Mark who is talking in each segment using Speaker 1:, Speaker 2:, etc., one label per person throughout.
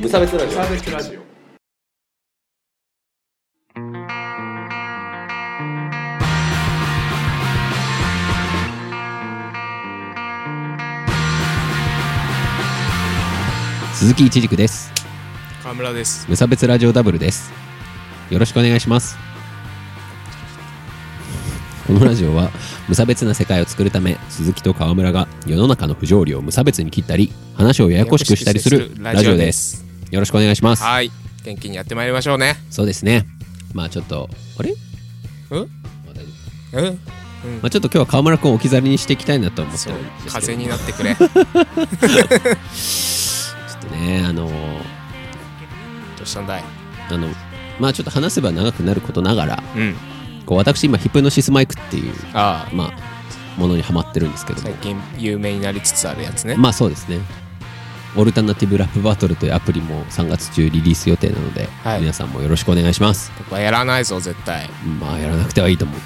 Speaker 1: 無差別ラジオ
Speaker 2: 差別ラジオ
Speaker 3: 鈴木一軸です
Speaker 2: 川村です
Speaker 3: 無差別ラジオダブルですよろしくお願いしますこのラジオは無差別な世界を作るため鈴木と川村が世の中の不条理を無差別に切ったり話をややこしくしたりするラジオですよろしくお願いします
Speaker 2: はい元気にやってまいりましょうね
Speaker 3: そうですねまあちょっとあれ、
Speaker 2: うんうん
Speaker 3: まあ大丈夫まあ、ちょっと今日は川村君を置き去りにしていきたいなとは思って
Speaker 2: そう
Speaker 3: るんですけど
Speaker 2: 風になってく れ
Speaker 3: ちょっとねあの
Speaker 2: どうしたんだい
Speaker 3: あのまあちょっと話せば長くなることながら
Speaker 2: うん
Speaker 3: こう私今ヒプノシスマイクっていう
Speaker 2: あ
Speaker 3: まあ、ものにはまってるんですけ
Speaker 2: あ
Speaker 3: ども
Speaker 2: 最、近有名になりつつあるやつね
Speaker 3: まあそうですね、オルタナティブラップバトルというアプリも3月中リリース予定なので、
Speaker 2: はい
Speaker 3: 皆さんもよろしくお願いします。
Speaker 2: 僕はやらないぞ絶対
Speaker 3: まあやらなくてはいい と思う。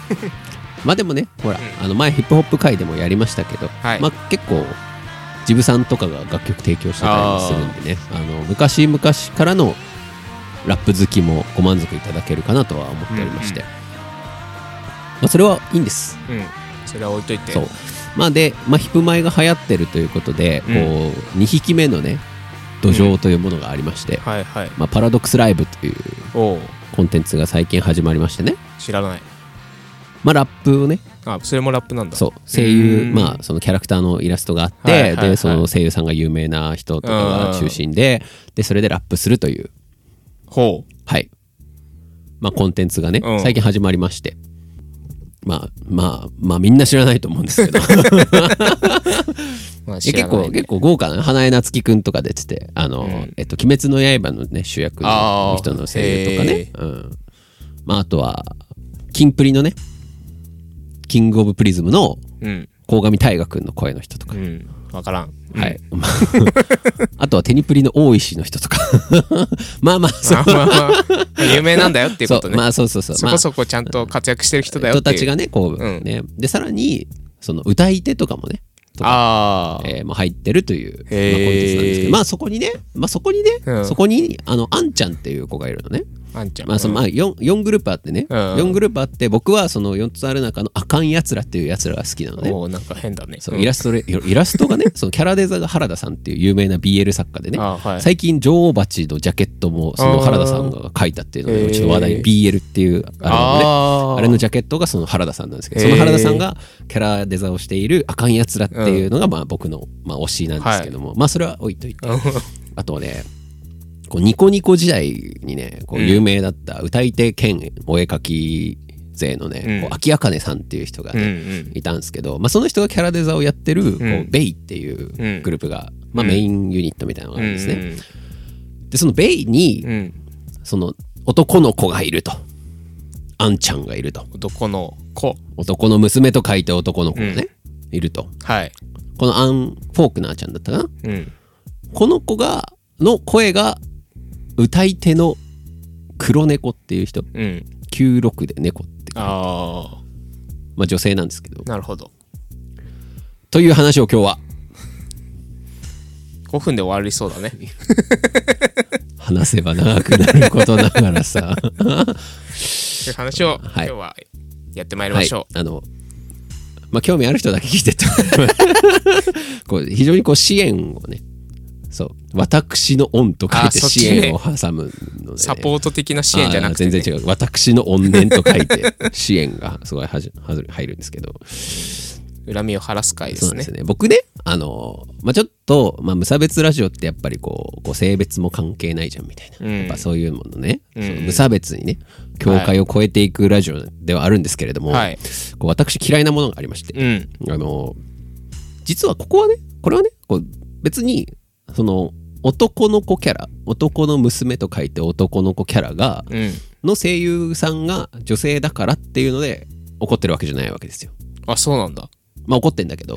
Speaker 3: まあでもね、ほら、あの前ヒップホップ界でもやりましたけど、
Speaker 2: はい
Speaker 3: まあ結構、ジブさんとかが楽曲提供してたりもするんでね、あの昔々からのラップ好きもご満足いただけるかなとは思っておりまして、
Speaker 2: う
Speaker 3: まあそれはいいんです。
Speaker 2: うんそれは置いといて
Speaker 3: そうまあで、まあ、ヒップマイが流行ってるということで、
Speaker 2: うん
Speaker 3: こう2匹目のね土壌というものがありまして、
Speaker 2: はいはい
Speaker 3: まあ、パラドックスライブという
Speaker 2: おお
Speaker 3: コンテンツが最近始まりましてね、
Speaker 2: 知らない
Speaker 3: まあ、ラップをね
Speaker 2: あそれもラップなんだ
Speaker 3: そう声優、
Speaker 2: うん
Speaker 3: まあ、そのキャラクターのイラストがあって、
Speaker 2: はいはいはい
Speaker 3: でその声優さんが有名な人とかが中心ででそれでラップするという、
Speaker 2: ほう
Speaker 3: はいまあ、コンテンツがね、
Speaker 2: うん
Speaker 3: 最近始まりまして。まあまあまあみんな知らないと思うんですけど
Speaker 2: まあ知らな
Speaker 3: え結
Speaker 2: いね
Speaker 3: 構結構豪華な花江夏樹くんとか出てて「あのえっと、鬼滅の刃」の、ね、主役
Speaker 2: あ
Speaker 3: の
Speaker 2: ー
Speaker 3: 人の声優とかね、うんまあ、あとはキンプリのねキングオブプリズムの
Speaker 2: うん
Speaker 3: 鴻上大我くんの声の人とか
Speaker 2: う、ん分からん
Speaker 3: はい、 まああとはテニプリの大石の人とか まあまあそ
Speaker 2: ま
Speaker 3: う
Speaker 2: あまあまあ 有名なんだよっていう
Speaker 3: そ
Speaker 2: こと
Speaker 3: う
Speaker 2: ね
Speaker 3: まあそうそうそう
Speaker 2: そ
Speaker 3: まあ
Speaker 2: こそこちゃんと活躍してる人だよ
Speaker 3: 人
Speaker 2: ってい
Speaker 3: た
Speaker 2: う
Speaker 3: ちがねこう、
Speaker 2: うん
Speaker 3: ねでさらにその歌い手とかもねとか
Speaker 2: ああ、
Speaker 3: えーまあ、入ってるという、まあ、コン
Speaker 2: へー
Speaker 3: テンツなんですけど、まあ、そこにね、まあ、そこにね、
Speaker 2: うん
Speaker 3: そこにあのあんちゃんっていう子がいるのね、
Speaker 2: あんちゃん
Speaker 3: まあそのまあ、4, 四グループあってね、
Speaker 2: うん
Speaker 3: 四4グループあって僕はその4つある中のあかんやつらっていうやつらが好きなのね
Speaker 2: おーなんか変だね
Speaker 3: そううんイラストレイラストがね そのキャラデザが原田さんっていう有名な BL 作家でね、
Speaker 2: あはい
Speaker 3: 最近女王蜂のジャケットもその原田さんが書いたっていうの
Speaker 2: あ
Speaker 3: で
Speaker 2: ー
Speaker 3: ちょっと話題
Speaker 2: へー
Speaker 3: に BL っていうあれね
Speaker 2: あー
Speaker 3: あれのジャケットがその原田さんなんですけど、
Speaker 2: へー
Speaker 3: その原田さんがキャラデザをしている「あかんやつら」っていうのがまあ僕の、まあ、推しなんですけども、まあそれは置いといてあとねこうニコニコ時代にねこう有名だった歌い手兼お絵描き勢のね、
Speaker 2: うん
Speaker 3: こう秋茜さんっていう人が
Speaker 2: うんう
Speaker 3: ね、
Speaker 2: ん
Speaker 3: いたんですけど、まあ、その人がキャラデザをやってるこう、
Speaker 2: うん
Speaker 3: ベイってい
Speaker 2: うん
Speaker 3: うグループが、まあ、メインユニットみたいなのがあるんですね、
Speaker 2: うんうん
Speaker 3: でそのベイに
Speaker 2: うん
Speaker 3: その男の子がいるとあんちゃんがいると
Speaker 2: 男の子
Speaker 3: 男の娘と書いて男の子がね、いると
Speaker 2: はい
Speaker 3: このアン・フォークナーちゃんだったかな
Speaker 2: うん
Speaker 3: この子がの声が歌い手の黒猫っていう人
Speaker 2: うん
Speaker 3: 96で猫って、
Speaker 2: あ
Speaker 3: まあ、女性なんですけど
Speaker 2: あなるほど
Speaker 3: という話を今日は
Speaker 2: 5分で終わりそうだ ね
Speaker 3: 話せば長くなることなが らさ
Speaker 2: という話を今
Speaker 3: はい
Speaker 2: 日はやってまいりま
Speaker 3: はい
Speaker 2: しょ
Speaker 3: あのまあ興味ある人だけ聞いてって こう非常にこう支援をねそう私の恩と書い
Speaker 2: あ
Speaker 3: て
Speaker 2: そっち
Speaker 3: 支
Speaker 2: ね
Speaker 3: 援を挟むのでね、
Speaker 2: うサポート的な支援じゃなくて
Speaker 3: あ
Speaker 2: ね
Speaker 3: ー全然違う私の怨念と書 いて支援がすごいはじはず入るんですけど
Speaker 2: 恨みを晴らす会で
Speaker 3: そう
Speaker 2: す
Speaker 3: なん
Speaker 2: ね
Speaker 3: ですよね僕ねあのー、まあ、ちょっと、まあ、無差別ラジオってやっぱりこうこう性別も関係ないじゃんみたいな、
Speaker 2: うん
Speaker 3: やっぱそういうものね、
Speaker 2: うん
Speaker 3: その無差別にね境界を越えていくラジオではあるんですけれども、
Speaker 2: はい
Speaker 3: こう私嫌いなものがありまして、
Speaker 2: うん
Speaker 3: あのー実はここはねこれはねこう別にその男の子キャラ男の娘と書いて男の子キャラが、
Speaker 2: うん
Speaker 3: の声優さんが女性だからっていうので怒ってるわけじゃないわけですよ。
Speaker 2: あそうなんだ
Speaker 3: まあ怒ってん だけど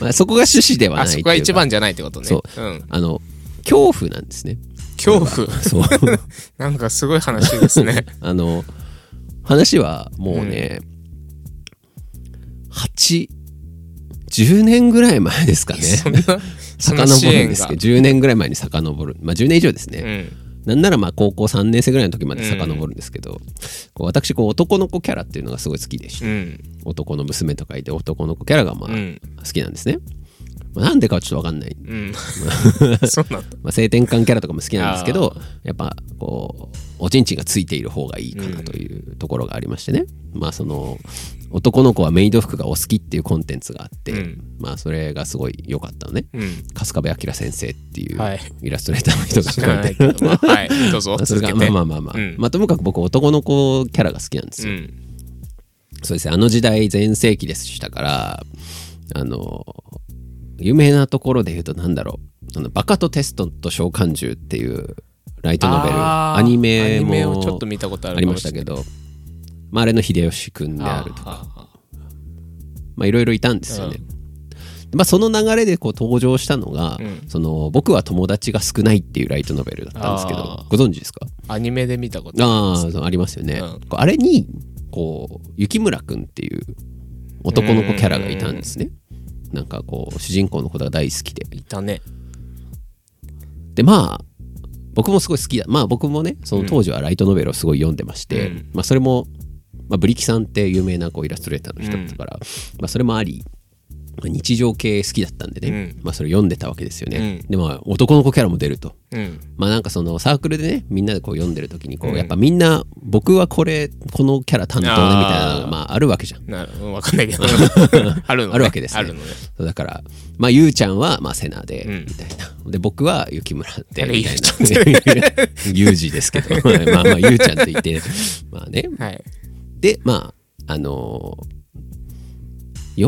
Speaker 3: まあそこが趣旨ではない
Speaker 2: あ
Speaker 3: って
Speaker 2: そ
Speaker 3: いう
Speaker 2: こ
Speaker 3: か
Speaker 2: が一番じゃないってことね
Speaker 3: そ
Speaker 2: うん
Speaker 3: あの恐怖なんですね。
Speaker 2: 恐怖
Speaker 3: そう
Speaker 2: なんかすごい話ですね
Speaker 3: あの話はもうね、810年ぐらい前ですかね。
Speaker 2: そんな
Speaker 3: 遡るんですけど10年ぐらい前に遡るまあ10年以上ですね、
Speaker 2: うん。
Speaker 3: なんならまあ高校3年生ぐらいの時まで遡るんですけど、こう私こう男の子キャラっていうのがすごい好きでして、
Speaker 2: うん。
Speaker 3: 男の娘とかいて男の子キャラがま
Speaker 2: う
Speaker 3: あ
Speaker 2: ん。
Speaker 3: 好きなんですね、まあなんでかはちょっと分かんない、
Speaker 2: うん。そうなんだ。
Speaker 3: まあ、性転換キャラとかも好きなんですけどやっぱこうおちんちんがついている方がいいかなというところがありましてね、まあその男の子はメイド服がお好きっていうコンテンツがあって、
Speaker 2: うん
Speaker 3: まあそれがすごい良かったのね
Speaker 2: うん。
Speaker 3: 春日部明先生っていう
Speaker 2: はい
Speaker 3: イラストレーターの人が
Speaker 2: 知
Speaker 3: 書
Speaker 2: ら
Speaker 3: い
Speaker 2: な
Speaker 3: て
Speaker 2: いけど。まあはい。どうぞ。
Speaker 3: まあそれ
Speaker 2: 続け
Speaker 3: が
Speaker 2: て。
Speaker 3: まあまあまあまあ、
Speaker 2: うん
Speaker 3: まあともかく僕男の子キャラが好きなんです
Speaker 2: う
Speaker 3: よ、
Speaker 2: ん。
Speaker 3: そうですねあの時代全盛期でしたからあの有名なところで言うとなんだろう「あのバカとテストと召喚獣」っていうライトノベル
Speaker 2: あー
Speaker 3: アニメも
Speaker 2: アニメをちょっと見たことある
Speaker 3: ありましたけど、まあ、あれの秀吉君であるとか
Speaker 2: か。
Speaker 3: まあいろいろいたんですよね、まあ、その流れでこう登場したのが、
Speaker 2: うん
Speaker 3: その「僕は友達が少ない」っていうライトノベルだったんですけ
Speaker 2: あ
Speaker 3: どご存知ですか
Speaker 2: アニメで見たこと
Speaker 3: ああそうありますよね、
Speaker 2: うん
Speaker 3: こうあれにこう雪村くんっていう男の子キャラがいたんですねなんかこう主人公のことが大好きで
Speaker 2: いたね。
Speaker 3: でまあ僕もすごい好きだまあ僕もねその当時はライトノベルをすごい読んでまして、
Speaker 2: うん
Speaker 3: まあ、それも、まあ、ブリキさんって有名なこうイラストレーターの人だったから、まあ、それもありまあ日常系好きだったんでね、まあ、それ読んでたわけですよね、
Speaker 2: うん
Speaker 3: でまあ男の子キャラも出ると
Speaker 2: うん。
Speaker 3: まあなんかそのサークルでねみんなでこう読んでる時にこう、
Speaker 2: うん
Speaker 3: やっぱみんな僕はこれこのキャラ担当ね
Speaker 2: あ
Speaker 3: み
Speaker 2: ー
Speaker 3: たいなのがまああるわけじゃん
Speaker 2: なるわかんない けど。あるのね
Speaker 3: あるわけですね
Speaker 2: あるのね。
Speaker 3: そうだからまあゆうちゃんはまあセナで
Speaker 2: うん
Speaker 3: みたいな、で僕は雪村で
Speaker 2: あれ
Speaker 3: みたいな ゆうじですけどまあまあゆうちゃんっていてまあね
Speaker 2: はい。
Speaker 3: でまああのー、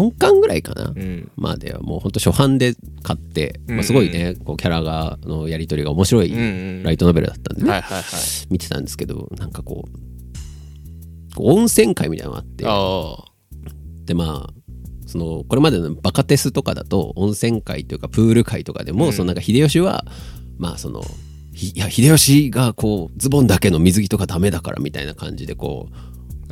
Speaker 3: 4巻ぐらいかな、
Speaker 2: うん。
Speaker 3: まあでもうほんと初版で買って、まあ、すごいねこうキャラがのやり取りが面白
Speaker 2: うんう
Speaker 3: い
Speaker 2: ん。
Speaker 3: ライトノベルだったんでね、
Speaker 2: はいはいはい。
Speaker 3: 見てたんですけどなんかこうこう温泉会みたいなのがあって
Speaker 2: ああ。
Speaker 3: でまあそのこれまでのバカテスとかだと温泉会というかプール会とかでも、そのなんか秀吉はまあそのひいや秀吉がこうズボンだけの水着とかダメだからみたいな感じでこう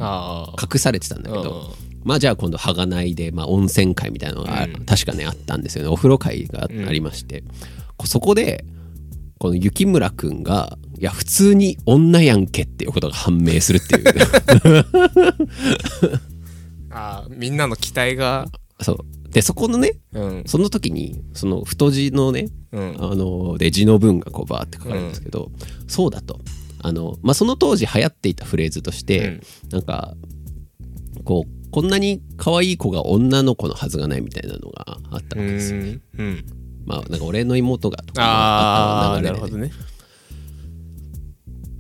Speaker 2: あ
Speaker 3: 隠されてたんだけど、まあじゃあ今度はがないで、まあ、温泉会みたいなのが、確かねあったんですよねお風呂会があありまして、こそこでこの雪村くんがいや普通に女やんけっていうことが判明するっていう
Speaker 2: あ。ああ。みんなの期待が。
Speaker 3: そうでそこのね
Speaker 2: うん。
Speaker 3: その時にその太字のね、
Speaker 2: うん
Speaker 3: あので字の文がこうバーって書かれるんですけど、そうだとあの、まあ、その当時流行っていたフレーズとして、なんかこうこんなに可愛い子が女の子のはずがないみたいなのがあった
Speaker 2: う
Speaker 3: わけですよ、
Speaker 2: ん。うん。
Speaker 3: まあなんか俺の妹がとか
Speaker 2: あ
Speaker 3: あ
Speaker 2: あ。
Speaker 3: っ
Speaker 2: な
Speaker 3: た流
Speaker 2: る
Speaker 3: れ
Speaker 2: ほ
Speaker 3: で、
Speaker 2: どね。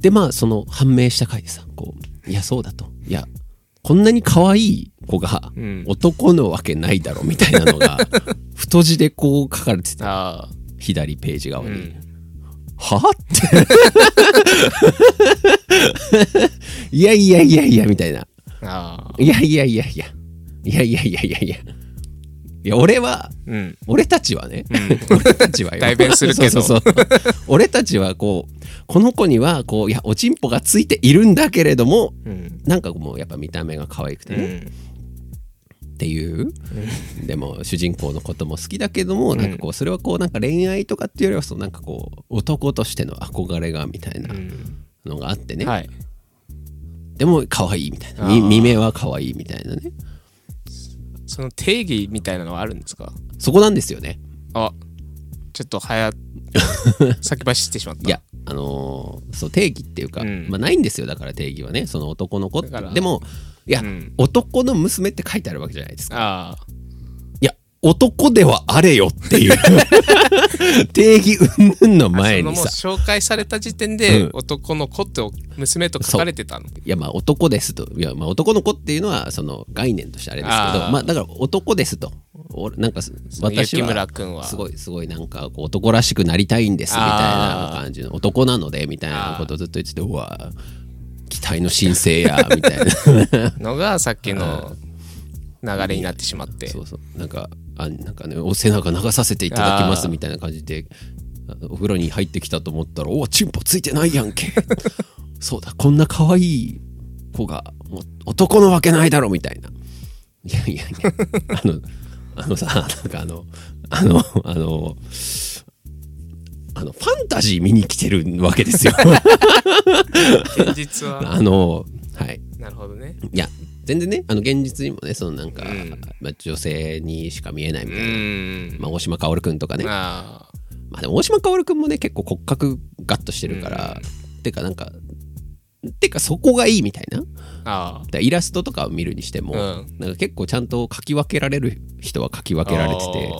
Speaker 3: でまあその判明した回でさこういやそうだといやこんなに可愛い子が
Speaker 2: うん
Speaker 3: 男のわけないだろみたいな のが太字でこう書かれてた
Speaker 2: ああ。
Speaker 3: 左ページ側に、
Speaker 2: うん
Speaker 3: はっていやいやいやいやみたいな
Speaker 2: ああ。
Speaker 3: いやいやいやいやいやいやいやいやいやいや俺は
Speaker 2: うん。
Speaker 3: 俺たちはね、俺たちはよ
Speaker 2: 代弁するけど
Speaker 3: そうそうそう俺たちはこうこの子にはこういやおちんぽがついているんだけれども
Speaker 2: うん。
Speaker 3: なんかもうやっぱ見た目が可愛くて
Speaker 2: う
Speaker 3: ね、
Speaker 2: ん。
Speaker 3: っていうでも主人公のことも好きだけどもなんかこうそれはこうなんか恋愛とかっていうよりはそのなんかこう男としての憧れがみたいな
Speaker 2: うん
Speaker 3: のがあってね、
Speaker 2: はい。
Speaker 3: でも可愛いみたいな
Speaker 2: あ
Speaker 3: み
Speaker 2: ー
Speaker 3: 見目は可愛いみたいなね
Speaker 2: その定義みたいなのはあるんですか
Speaker 3: そこなんですよね
Speaker 2: あちょっと早先走ってしまった
Speaker 3: いやあのーそう定義っていうか、
Speaker 2: うん
Speaker 3: まあ、ないんですよだから定義はねその男の子って
Speaker 2: だから
Speaker 3: でもいや、
Speaker 2: うん
Speaker 3: 男の娘って書いてあるわけじゃないです
Speaker 2: あ
Speaker 3: かいや男ではあれよっ ていう定義云々の
Speaker 2: あ
Speaker 3: 前
Speaker 2: その
Speaker 3: に
Speaker 2: もう
Speaker 3: さ
Speaker 2: 紹介された時点で、
Speaker 3: うん
Speaker 2: 男の子と娘と書かれてたの
Speaker 3: いやまあ男ですといやまあ男の子っていうのはその概念としてあれですけど
Speaker 2: あー
Speaker 3: まあだから男ですとおなんかす私
Speaker 2: 雪
Speaker 3: は
Speaker 2: 村君は
Speaker 3: すごいすごいなんかこう男らしくなりたいんですみたいな
Speaker 2: あー
Speaker 3: 感じの男なのでみたいなことをずっと言っててうわ期待の申請やみたいな
Speaker 2: のがさっきの流れになってしまって
Speaker 3: そうそうなんかあなんかねお背中流させていただきますみたいな感じであお風呂に入ってきたと思ったらおチンポついてないやんけ そうだこんな可愛い子がもう男 のわけないだろみたいないやいやいやあのあのさなんかあのあの、あの、あのファンタジー見に来てるわけで すよ。
Speaker 2: 現実は
Speaker 3: あの、はい。
Speaker 2: なるほどね
Speaker 3: いや、全然ね、あの、現実にもね、そのなんか、
Speaker 2: うん
Speaker 3: まあ、女性にしか見えないうみたいな。
Speaker 2: ん
Speaker 3: まあ、大島かおるくんとかね。
Speaker 2: ああ
Speaker 3: まあ、でも大島かおるくんもね、結構骨格ガッとしてるから、てかなんか、てかそこがいいみたいな。
Speaker 2: あ
Speaker 3: だからイラストとかを見るにしても、
Speaker 2: うん
Speaker 3: なんか結構ちゃんと書き分けられる人は書き分
Speaker 2: あ
Speaker 3: けられてて、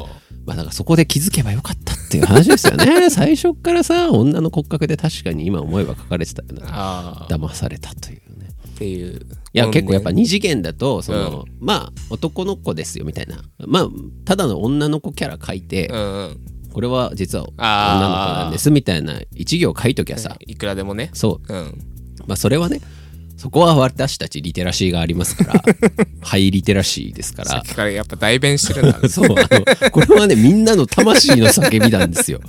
Speaker 3: まあなんかそこで気づけばよかったっていう話です よね。最初っからさ、女の骨格で確かに今思えば書かれてたよな。
Speaker 2: ああ
Speaker 3: 騙されたというね。
Speaker 2: っていう
Speaker 3: いや、
Speaker 2: うん
Speaker 3: 結構やっぱ二次元だと、その、まあ男の子ですよみたいな。まあ、ただの女の子キャラ書いて
Speaker 2: う、んうん
Speaker 3: これは実は女の子
Speaker 2: あー
Speaker 3: なんですみたいな一行書いときゃさ、
Speaker 2: いくらでもね
Speaker 3: そう、
Speaker 2: うん
Speaker 3: まあそれはね、そこは私たちリテラシーがありま すから、ハイリテラシーですか
Speaker 2: さっ
Speaker 3: ら、
Speaker 2: きからやっぱ代弁してるんだ
Speaker 3: そう、あの、これはね、みんなの魂の叫びなん ですよ。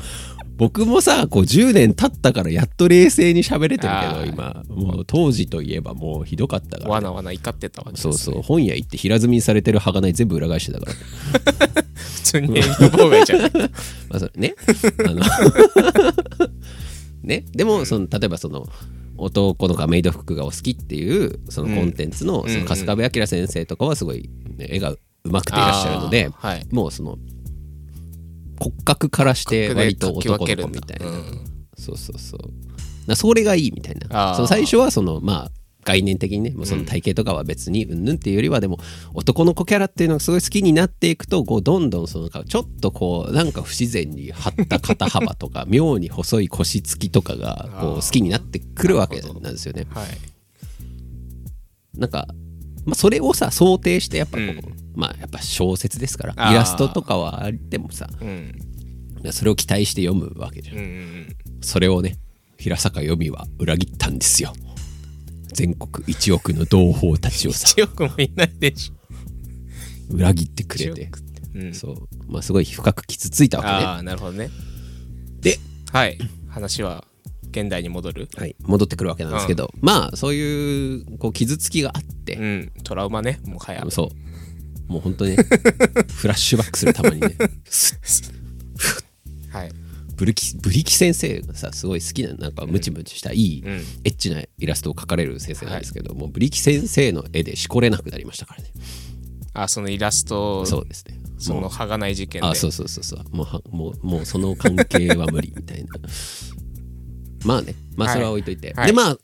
Speaker 3: 僕もさ、こう10年経ったからやっと冷静に喋れてるけど、
Speaker 2: あー
Speaker 3: 今、もう当時といえばもうひどかったから
Speaker 2: わ。なわな怒ってたわけです
Speaker 3: そうそう本屋行って平積みにされてる鋼全部裏返してたから、
Speaker 2: 普通に営業妨害じゃん
Speaker 3: まあ、それ ねあの ねでもその例えばその男の子がメイド服がお好きっていうそのコンテンツの,、
Speaker 2: ん
Speaker 3: その春日部明先生とかはすごい、ね、絵が上手くていらっしゃるので、
Speaker 2: あーはい
Speaker 3: もうその骨格からして割と
Speaker 2: 書き分
Speaker 3: 男
Speaker 2: け
Speaker 3: の
Speaker 2: る
Speaker 3: 子
Speaker 2: んだ
Speaker 3: みたいな、
Speaker 2: うん
Speaker 3: そうそうそうなそれがいいみたい
Speaker 2: あ
Speaker 3: な
Speaker 2: ー
Speaker 3: その最初はそのまあ概念的にねもうその体型とかは別にうんぬんっていうよりはでも男の子キャラっていうのがすごい好きになっていくとこうどんどんそのなんかちょっとこうなんか不自然に張った肩幅 とか妙に細い腰つきとかがこう
Speaker 2: あ
Speaker 3: 好
Speaker 2: ー
Speaker 3: きになってくるわけ
Speaker 2: なるほ
Speaker 3: な
Speaker 2: ど
Speaker 3: んですよね。
Speaker 2: はい
Speaker 3: なんか、まあ、それをさ想定してやっぱこう、
Speaker 2: うん
Speaker 3: まあやっぱ小説ですから
Speaker 2: あー
Speaker 3: イラストとかはあってもさ
Speaker 2: うん
Speaker 3: それを期待して読むわけじゃん
Speaker 2: うんう ん
Speaker 3: それをね平坂由美は裏切ったんですよ全国1億の同胞たちを さ
Speaker 2: 1億もいないでしょ
Speaker 3: 裏切ってくれて
Speaker 2: うん
Speaker 3: そうまあすごい深く傷ついたわ
Speaker 2: ああなるほどね
Speaker 3: けねで、
Speaker 2: はい話は現代に戻る
Speaker 3: はい、戻ってくるわけなんですけど、まあそういうこう傷つきがあって
Speaker 2: う、んトラウマねもはや
Speaker 3: そうもう本当にね フラッシュバックするたまにね
Speaker 2: はい
Speaker 3: ブリキブリキ先生がさすごい好きななんかムチムチしたいい、
Speaker 2: うん
Speaker 3: エッチなイラストを描かれる先生なんですけど、もうブリキ先生の絵でしこれなくなりましたからね
Speaker 2: あそのイラスト
Speaker 3: そうですね
Speaker 2: そのはがない事件で
Speaker 3: あそうそうそうそうもうはもうもうその関係は無理みたいな まあねまあ
Speaker 2: はい
Speaker 3: それは置いといて、
Speaker 2: はい
Speaker 3: でまあ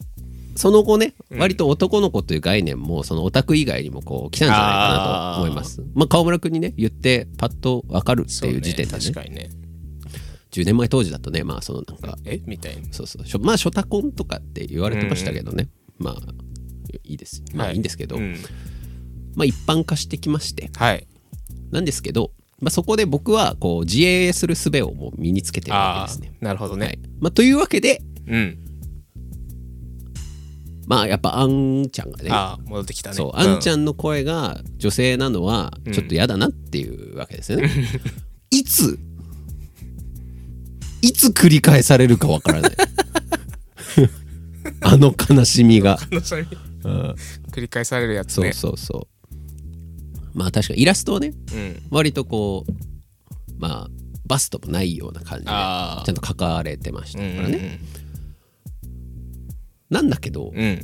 Speaker 3: その後ね、割と男の子という概念もそのオタク以外にもこう来たんじゃないかなと思いますまあ川村君にね言ってパッと分かるって
Speaker 2: そう
Speaker 3: いう時点でね
Speaker 2: ね確かにね
Speaker 3: 10年前当時だとねまあそのなんか
Speaker 2: えみたいな
Speaker 3: そうそうしょまあショタコンとかって言われてましたけどね、まあいいですまあ
Speaker 2: はい
Speaker 3: いいんですけど、
Speaker 2: うん
Speaker 3: まあ一般化してきまして
Speaker 2: はい
Speaker 3: なんですけど、まあ、そこで僕はこう自衛する術をもう身につけてるわ
Speaker 2: あ
Speaker 3: けですね
Speaker 2: あなるほど
Speaker 3: はい
Speaker 2: ね
Speaker 3: まあ、というわけで、
Speaker 2: うん
Speaker 3: まあ、やっぱあんちゃんがね
Speaker 2: ああ戻ってきたね
Speaker 3: そうあんち
Speaker 2: ゃん
Speaker 3: ゃんの声が女性なのはちょっと嫌だなっていうわけですよね。 いついつ繰り返されるかわからない あの悲しみが。
Speaker 2: あのそれ繰り返されるやつ
Speaker 3: そう
Speaker 2: ね
Speaker 3: そうそう。まあ確かにイラストは
Speaker 2: う
Speaker 3: ね
Speaker 2: ん
Speaker 3: 割とこうまあバストもないような感じでち
Speaker 2: あ
Speaker 3: ゃ
Speaker 2: ー
Speaker 3: んと書かれてました
Speaker 2: う
Speaker 3: か
Speaker 2: ん
Speaker 3: らね。なんだけど
Speaker 2: うんうん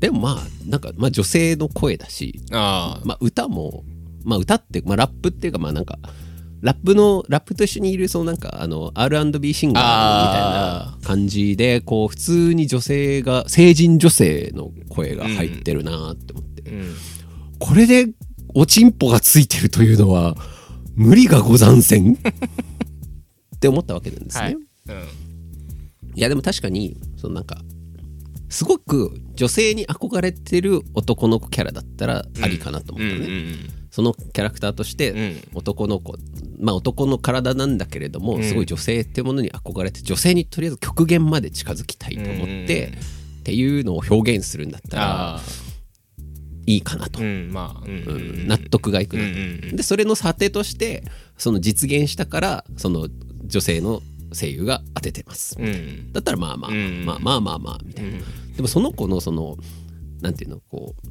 Speaker 3: でもまあなんか、まあ、女性の声だし、
Speaker 2: あ
Speaker 3: まあ、歌も、まあ、歌って、まあ、ラップっていうかまあなんかラップのラップと一緒にいるそのなんかあの R&B シンガーみたいな感じでこう普通に女性が成人女性の声が入ってるなって思って、
Speaker 2: あうん
Speaker 3: これでおちんぽがついてるというのは無理がござんせんって思ったわけなんですね。
Speaker 2: はい
Speaker 3: い、
Speaker 2: うん
Speaker 3: やでも確かにそのなんかすごく女性に憧れてる男の子キャラだったらありかなと思
Speaker 2: う
Speaker 3: っ
Speaker 2: ん
Speaker 3: た
Speaker 2: う
Speaker 3: ね、
Speaker 2: ん
Speaker 3: そのキャラクターとし
Speaker 2: う
Speaker 3: て
Speaker 2: ん
Speaker 3: 男の子、まあ男の体なんだけれども、
Speaker 2: うん
Speaker 3: すごい女性ってものに憧れて女性にとりあえず極限まで近づきたいと思って、
Speaker 2: うん
Speaker 3: っていうのを表現するんだったら
Speaker 2: あ
Speaker 3: いいかなと
Speaker 2: あう、んまあうんう
Speaker 3: うんん納得がいく
Speaker 2: うん
Speaker 3: な
Speaker 2: う
Speaker 3: と。
Speaker 2: ん
Speaker 3: でそれの査定としてその実現したからその女性の声優が当ててます
Speaker 2: うん
Speaker 3: だったらまあまあ、
Speaker 2: うん
Speaker 3: まあまあまあまあみたいな、でもその子のそのなんていうのこう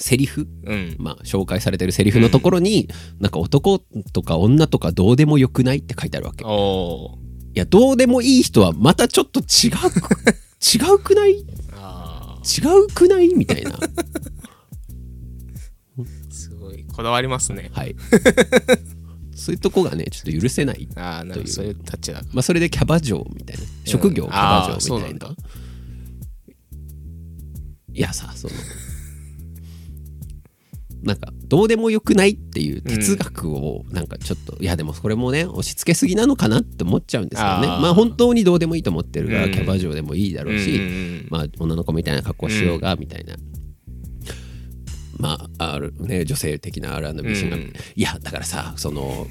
Speaker 3: セリフ、
Speaker 2: うん。
Speaker 3: まあ、紹介されてるセリフのところに、なんか男とか女とかどうでもよくないって書いてあるわけ。い
Speaker 2: おー
Speaker 3: や、どうでもいい人はまたちょっと違うく、 違うくない違
Speaker 2: あ
Speaker 3: うくないみたいな。
Speaker 2: ーすごいこだわりますね。
Speaker 3: はい。そういうとこがね、ちょっと許せない。
Speaker 2: ああなん
Speaker 3: という
Speaker 2: かそういうタッチだ。
Speaker 3: まあ、それでキャバ嬢みたいな。職業
Speaker 2: うん
Speaker 3: キャバ
Speaker 2: あー
Speaker 3: 嬢
Speaker 2: そう
Speaker 3: み
Speaker 2: な
Speaker 3: たい
Speaker 2: んだ
Speaker 3: な。いやさ、その、なんか、どうでもよくないっていう哲学を、なんかちょっと、いや、でもそれもね、押し付けすぎなのかなって思っちゃうんですよね。
Speaker 2: あー
Speaker 3: まあ、本当にどうでもいいと思ってる
Speaker 2: う
Speaker 3: から、
Speaker 2: ん
Speaker 3: キャバ嬢でもいいだろうし、
Speaker 2: うん
Speaker 3: まあ、女の子みたいな格好しようが、みたいな。まあ、あるね、女性的な R&B シーンが、
Speaker 2: うん
Speaker 3: いや、だからさ、その、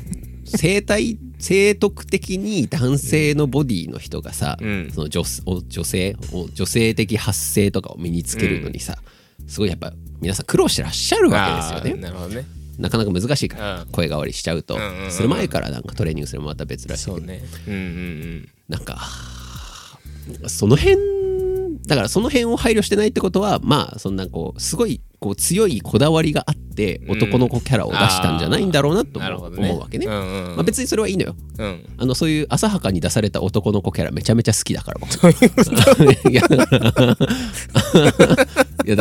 Speaker 3: 生体、 性徳的に男性のボディの人がさ、
Speaker 2: うん
Speaker 3: その女お女性お女性的発声とかを身につけるのにさ、すごいやっぱ皆さん苦労してらっしゃるわけ
Speaker 2: あー
Speaker 3: ですよね。
Speaker 2: なるほどね。
Speaker 3: なかなか難しいから、
Speaker 2: うん
Speaker 3: 声変わりしちゃうと、
Speaker 2: うんうんうん
Speaker 3: する前からなんかトレーニングするのもまた別らしいけ
Speaker 2: そ
Speaker 3: ど
Speaker 2: うね。うんうん
Speaker 3: なんかその辺だからその辺を配慮してないってことはまあそんなこうすごいこう強いこだわりがあって
Speaker 2: うん
Speaker 3: 男の子キャラを出したんじゃないんだろうな
Speaker 2: う
Speaker 3: と
Speaker 2: ん。なる
Speaker 3: 思
Speaker 2: ほ
Speaker 3: う,、
Speaker 2: どね。
Speaker 3: わけね、
Speaker 2: うんうんうん
Speaker 3: まあ、別にそれはいいのよ
Speaker 2: うん。
Speaker 3: あのそういう浅はかに出された男の子キャラめちゃめちゃ好きだから僕 いやいやだか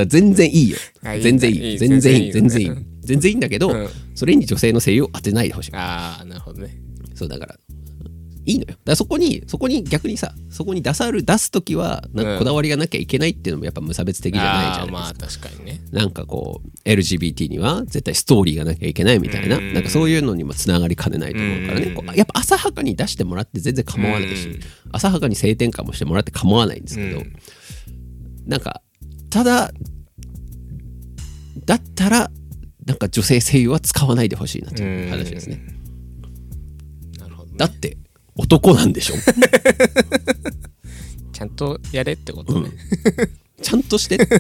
Speaker 3: ら全然いいよ
Speaker 2: あいいんだ
Speaker 3: 全然い
Speaker 2: い
Speaker 3: い
Speaker 2: い
Speaker 3: 全然いい
Speaker 2: 全
Speaker 3: 全然
Speaker 2: 然
Speaker 3: い
Speaker 2: いい
Speaker 3: い
Speaker 2: よね
Speaker 3: 全然いいんだけど、
Speaker 2: うん
Speaker 3: それに女性の声優を当てないでほしい
Speaker 2: ああなるほどね。
Speaker 3: そうだからいいのよだからそこにそこに逆にさそこに出さる出す時はなん
Speaker 2: う
Speaker 3: か
Speaker 2: ん
Speaker 3: こだわりがなきゃいけないっていうのもやっぱ無差別的じゃないじゃ
Speaker 2: あ
Speaker 3: な
Speaker 2: ー
Speaker 3: いです
Speaker 2: まあ、
Speaker 3: か
Speaker 2: 確かにね。
Speaker 3: なんかこう LGBT には絶対ストーリーがなきゃいけないみたいな
Speaker 2: うん
Speaker 3: なんかそういうのにもつながりかねないと思うからね
Speaker 2: うん
Speaker 3: こうやっぱ浅はかに出してもらって全然構わないし
Speaker 2: うん
Speaker 3: 浅はかに性転換もしてもらって構わないんですけど
Speaker 2: うん
Speaker 3: なんかただだったらなんか女性声優は使わないでほしいなという話ですね。
Speaker 2: なるほどね
Speaker 3: だって男なんでしょ
Speaker 2: ちゃんとやれってことね。
Speaker 3: ちゃんとしてって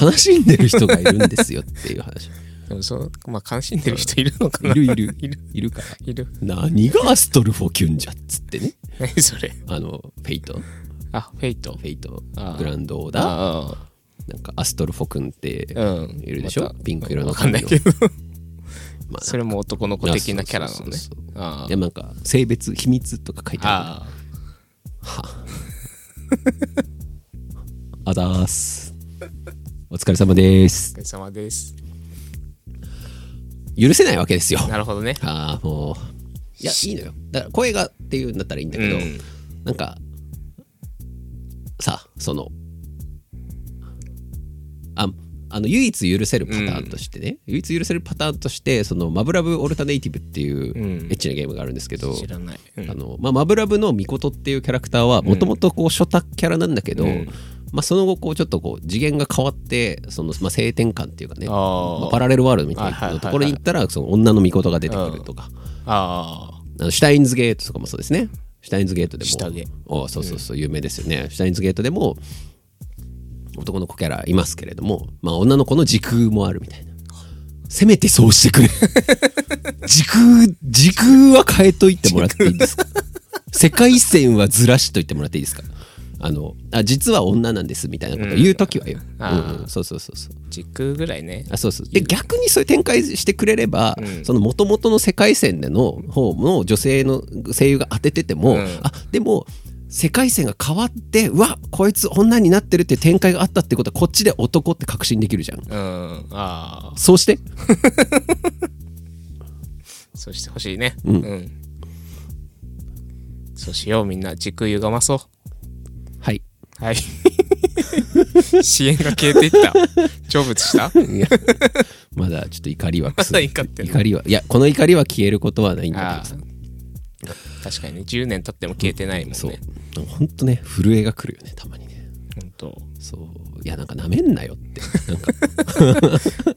Speaker 3: 悲しんでる人がいるんですよってい う話
Speaker 2: でもそう、まあ、関心でる人いるのか
Speaker 3: い
Speaker 2: な
Speaker 3: るいる
Speaker 2: いる。
Speaker 3: いるから
Speaker 2: いる。
Speaker 3: 何がアストルフォキュンじゃっつってね
Speaker 2: 何それ。
Speaker 3: あのフェイトフ
Speaker 2: あ、フェイト。
Speaker 3: ェイト
Speaker 2: ああ
Speaker 3: グランドオーダー
Speaker 2: あ
Speaker 3: なんかアストルフォ君って
Speaker 2: あ、うん。
Speaker 3: いるでしょ
Speaker 2: また
Speaker 3: ピンク色の
Speaker 2: わかん
Speaker 3: 髪
Speaker 2: な
Speaker 3: の
Speaker 2: いけど。
Speaker 3: まあ
Speaker 2: それも男の子的なキャラな
Speaker 3: そ
Speaker 2: の
Speaker 3: う
Speaker 2: ね
Speaker 3: そうそう。
Speaker 2: あ
Speaker 3: いやなんか性別秘密とか書いてある
Speaker 2: あ
Speaker 3: あざーすお疲れ様です
Speaker 2: お疲れ様です。
Speaker 3: 許せないわけですよ
Speaker 2: なるほどね。
Speaker 3: ああもういやいいのよだから声がっていうんだったらいいんだけど、
Speaker 2: うん
Speaker 3: なんかさそのああの唯一許せるパターンとしてね、唯一許せるパターンとしてそのマブラブオルタネイティブっていう
Speaker 2: うん
Speaker 3: エッチなゲームがあるんですけど、
Speaker 2: 知らない。うん
Speaker 3: あのまあ、マブラブのミコトっていうキャラクターはもともとこう初卓キャラなんだけど、
Speaker 2: うん
Speaker 3: まあ、その後こうちょっとこう次元が変わってその、まあ、性転換っていうかね
Speaker 2: あー
Speaker 3: まあパラレルワールドみたいなところに行ったらその女のミコトが出てくるとか、
Speaker 2: あ
Speaker 3: あのシュタインズゲートとかもそうですね。シュタインズゲートでも。
Speaker 2: 下着
Speaker 3: おそうそうそう、有名ですよね。シュタインズゲートでも、男の子キャラいますけれども、まあ女の子の時空もあるみたいな。せめてそうしてく れ。時空、時空は変えといてもらっていいですか世界線はずらしといてもらっていいですかあのあ実は女なんですみたいなことを言うときはよ、うん
Speaker 2: あー
Speaker 3: うんそうそうそうそう
Speaker 2: あ、時空ぐらいね。
Speaker 3: あそうそうで逆にそういう展開してくれれば、その元々の世界線での方の女性の声優が当ててても、
Speaker 2: うん
Speaker 3: あでも世界線が変わってうわこいつ女になってるっていう展開があったってことはこっちで男って確信できるじゃん
Speaker 2: うん。ああ、
Speaker 3: そ うして
Speaker 2: そうしてほしいね。うん。そうしよう、みんな。時空歪まそう。
Speaker 3: はい
Speaker 2: はい。 支援が消えていった。成仏した
Speaker 3: いやまだちょっと怒りはくす
Speaker 2: まだ怒ってんの
Speaker 3: 怒りはいやこの怒りは消えることはないんだ
Speaker 2: あ
Speaker 3: けど
Speaker 2: あ確かにね、10年経っても消えてないもん
Speaker 3: そう
Speaker 2: ね。
Speaker 3: ほんとね震えが来るよねたまにね
Speaker 2: 本当。
Speaker 3: そういやなんかなめんなよってなんか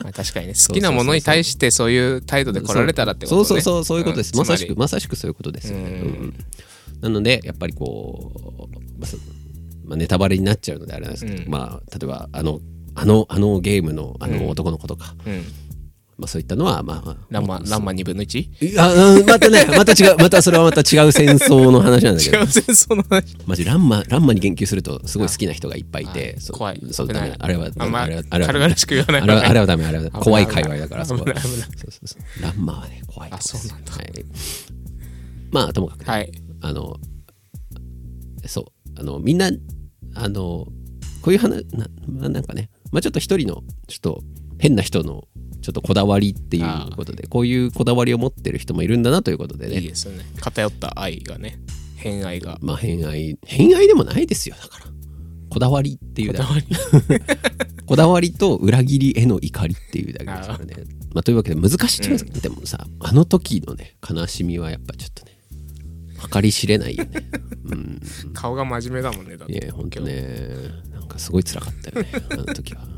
Speaker 2: まあ確かにね、好きなものに対してそういう態度で来られたらってことね。
Speaker 3: そうそうそうそういうことです、
Speaker 2: ん
Speaker 3: まさ
Speaker 2: つ
Speaker 3: し
Speaker 2: り
Speaker 3: くまさしくそういうことですよね、うんなのでやっぱりこう、まあそまあネタバレになっちゃうのであれなんですけど、まあ例えばあのあのあのゲームのあの男の子とか、
Speaker 2: うん。
Speaker 3: まあ、そういったのは、まあ、
Speaker 2: ランマ、ランマ2分の 1? 違う
Speaker 3: あうんまたね、また違う、 またそれはまた違う戦争の話なんだけど、
Speaker 2: 戦争の話。
Speaker 3: マジランマ、ランマに言及すると、すごい好きな人がいっぱいいて、
Speaker 2: あ
Speaker 3: そう
Speaker 2: 怖い
Speaker 3: そう
Speaker 2: 危
Speaker 3: ダ
Speaker 2: ない
Speaker 3: メあれは、
Speaker 2: あんま
Speaker 3: れは、
Speaker 2: 軽々しく言わない
Speaker 3: あれは、あれ
Speaker 2: は
Speaker 3: はダメ、あれはダメ
Speaker 2: 危
Speaker 3: 怖
Speaker 2: ない
Speaker 3: い界隈だから、
Speaker 2: 危
Speaker 3: そ
Speaker 2: ない
Speaker 3: こは
Speaker 2: 危ない
Speaker 3: そうそうそうランマはね、怖いとこです。
Speaker 2: あそうなんだ
Speaker 3: はいまあ、ともかく、
Speaker 2: はい。
Speaker 3: あの、そう、あの、みんな、あの、こういう話、なまあなんかね、まあちょっと一人の、ちょっと変な人の、ちょっとこだわりっていうことで、こういうこだわりを持ってる人もいるんだなということでね、
Speaker 2: いいですよね。偏った愛がね。偏愛が。
Speaker 3: まあ偏愛、偏愛でもないですよ、だから。こだわりっていうだ
Speaker 2: こ
Speaker 3: け。
Speaker 2: だわり
Speaker 3: こだわりと裏切りへの怒りっていうだけですからね。まあ、というわけで難しいっちゃうんですけど、でもさ、あの時のね、悲しみはやっぱちょっとね、計り知れないよ ね。うん。
Speaker 2: 顔が真面目だもんね。だっ
Speaker 3: い
Speaker 2: て
Speaker 3: や、ほんとね、なんかすごい辛かったよね、あの時は。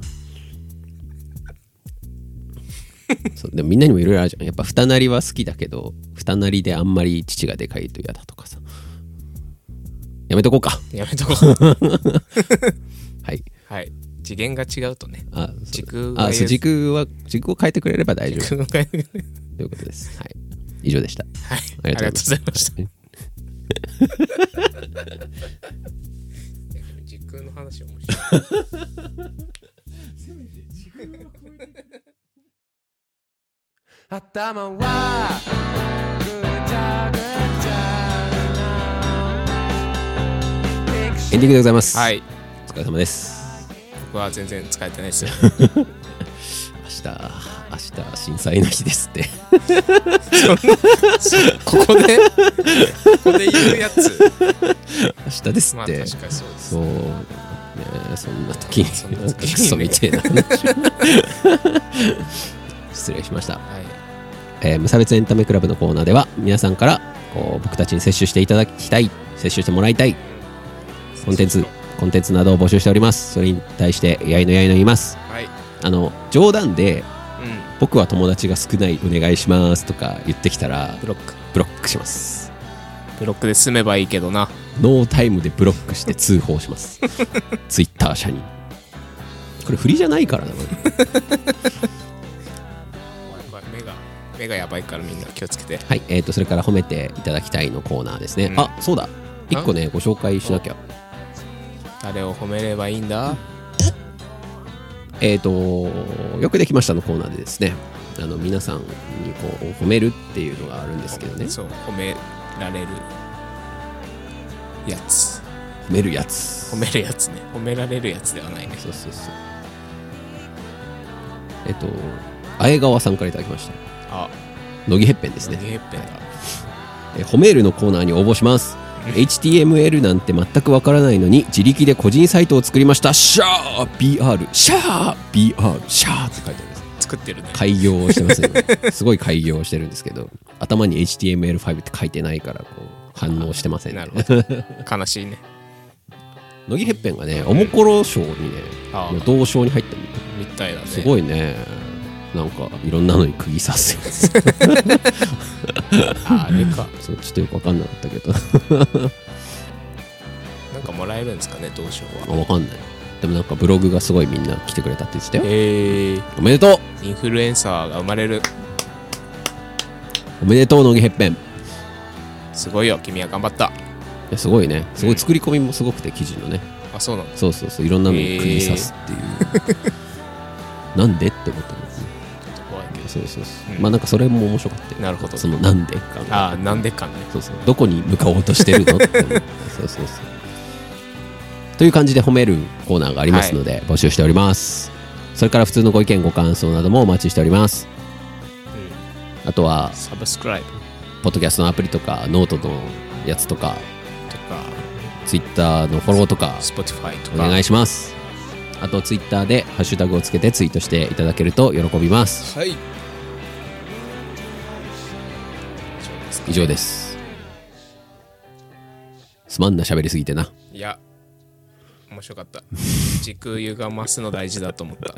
Speaker 3: そうでもみんなにもいろいろあるじゃん。やっぱ二なりは好きだけど、二なりであんまり父がでかいと嫌だとかさ。やめとこうか。
Speaker 2: やめとこう。
Speaker 3: はい。
Speaker 2: はい。次元が違うとね。
Speaker 3: あ、そう
Speaker 2: 軸が
Speaker 3: あ、そう
Speaker 2: 揺れ
Speaker 3: 時空は時空を変えてくれれば大丈夫
Speaker 2: 軸が変えてくれる
Speaker 3: ということです。はい、以上でした。
Speaker 2: はい。あ
Speaker 3: あ
Speaker 2: り
Speaker 3: り
Speaker 2: が
Speaker 3: が
Speaker 2: と
Speaker 3: と
Speaker 2: うござい
Speaker 3: うござい
Speaker 2: ま
Speaker 3: ま
Speaker 2: し。
Speaker 3: した
Speaker 2: 時空の話面白い。
Speaker 1: 頭はぐちゃぐちゃ
Speaker 3: エンディングでございます。
Speaker 2: は、い。
Speaker 3: お疲れ様です。
Speaker 2: 僕は全然使えてないですよ。
Speaker 3: 明日、明日震災の日ですって。
Speaker 2: ここで、ここで言うやつ。
Speaker 3: 明日です
Speaker 2: まあ
Speaker 3: っ
Speaker 2: 確
Speaker 3: て。
Speaker 2: かにそうです。
Speaker 3: そう、ね、そんな時
Speaker 2: そんな
Speaker 3: に、なんかク
Speaker 2: 時に
Speaker 3: ソみてえな話を失礼しました。
Speaker 2: はい。
Speaker 3: えー無差別エンタメクラブのコーナーでは皆さんからこう僕たちに摂取していただきたい摂取してもらいたいコンテンツコンテンツなどを募集しておりますそれに対してやいのやいの言います
Speaker 2: はい。
Speaker 3: あの冗談で
Speaker 2: うん。
Speaker 3: 僕は友達が少ないお願いしますとか言ってきたら
Speaker 2: ブロック。
Speaker 3: ブロックします
Speaker 2: ブロックで済めばいいけどな。
Speaker 3: ノータイムでブロックして通報します ツイッター社にこれ振りじゃな いからなこれ
Speaker 2: 怖い怖い。目が、目がやばいからみんな気をつけて。
Speaker 3: はい、えー、とそれから褒めていただきたいのコーナーですね、
Speaker 2: うん
Speaker 3: あそうだ一個ねご紹介しなきゃ
Speaker 2: 誰を褒めればいいんだ
Speaker 3: えー、とよくできましたのコーナーでですねあの皆さんにこう褒めるっていうのがあるんですけどね
Speaker 2: そう、褒められるやつ。
Speaker 3: 褒めるやつ
Speaker 2: 褒めるやつね。褒められるやつではないね。
Speaker 3: そうそうそうえっ、と綾川さんからいただきました
Speaker 2: あ、
Speaker 3: 乃木へっぺんです
Speaker 2: ゲ
Speaker 3: ね
Speaker 2: ーペンだ。
Speaker 3: えー褒めるのコーナーに応募します
Speaker 2: うん
Speaker 3: HTML なんて全くわからないのに自力で個人サイトを作りましたシャー BR シャー BR シャーって書いてあります
Speaker 2: 作ってるね。
Speaker 3: 開業をしてますね今すごい開業をしてるんですけど頭に HTML5 って書いてないからこう反応してません
Speaker 2: な
Speaker 3: ね
Speaker 2: るほど。 悲しいね。
Speaker 3: 乃木へっぺんがねおもころ賞にね
Speaker 2: ああ
Speaker 3: もう同賞に入ったみたい
Speaker 2: みたいだね。
Speaker 3: すごいねなんかいろんなのに釘刺すやつ
Speaker 2: ああれか。
Speaker 3: そうちょっとよくわかんなかったけど
Speaker 2: なんかもらえるんですかね、どうしようは。
Speaker 3: わかんないでもなんかブログがすごいみんな来てくれたって言ってたよ
Speaker 2: えー、
Speaker 3: おめでとう
Speaker 2: インフルエンサーが生まれる。
Speaker 3: おめでとう乃木へっぺんい
Speaker 2: すごいよ、君は頑張った。
Speaker 3: やすごいねすごい作り込みもすごくて記事のね
Speaker 2: あ、そうなんだ。
Speaker 3: そうそうそういろんなのに釘刺すっていう、なんでって思ったんですね
Speaker 2: 怖いけ
Speaker 3: そうそうそう、
Speaker 2: うん
Speaker 3: まあなんかそれも面白かったよ
Speaker 2: なるほど
Speaker 3: そのなんでか
Speaker 2: ど。ああ、なんでかね。
Speaker 3: そうそうどこに向かおうとしてるのっ て思ってそうそうそうという感じで褒めるコーナーがありますので、募集しておりますそれから普通のご意見ご感想などもお待ちしております
Speaker 2: うん。
Speaker 3: あとは
Speaker 2: サブスクライブ
Speaker 3: ポッドキャストのアプリとかノートのやつとか
Speaker 2: とか、
Speaker 3: ツイッターのフォローとか
Speaker 2: Spotify と
Speaker 3: お
Speaker 2: か。
Speaker 3: 願いしますあとツイッターでハッシュタグをつけてツイートしていただけると喜びます
Speaker 2: はい。
Speaker 3: 以上ですすまんな喋りすぎてない
Speaker 2: や、面白かった。時空歪ますの大事だと思 った。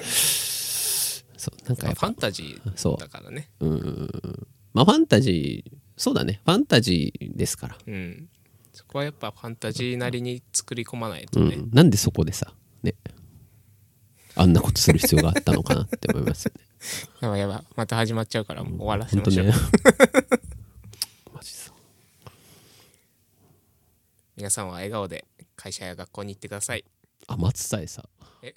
Speaker 3: そうなんか
Speaker 2: ま
Speaker 3: や
Speaker 2: あファ
Speaker 3: っぱ
Speaker 2: ンタジ
Speaker 3: そう
Speaker 2: ーだからね。
Speaker 3: うんうんうんまあファンタジーそうだねファンタジーですから、
Speaker 2: うん。そこはやっぱファンタジーなりに作り込まないと
Speaker 3: うん
Speaker 2: ね。
Speaker 3: なんでそこでさねあんなことする必要があったのかなって思いますよね。
Speaker 2: やばいやばい。また始まっちゃうから、もう終わらせ
Speaker 3: 本
Speaker 2: ま
Speaker 3: 当
Speaker 2: しょう。
Speaker 3: ね。 マジさ。
Speaker 2: 皆さんは笑顔で会社や学校に行ってください。
Speaker 3: あ、松さえさ
Speaker 2: え。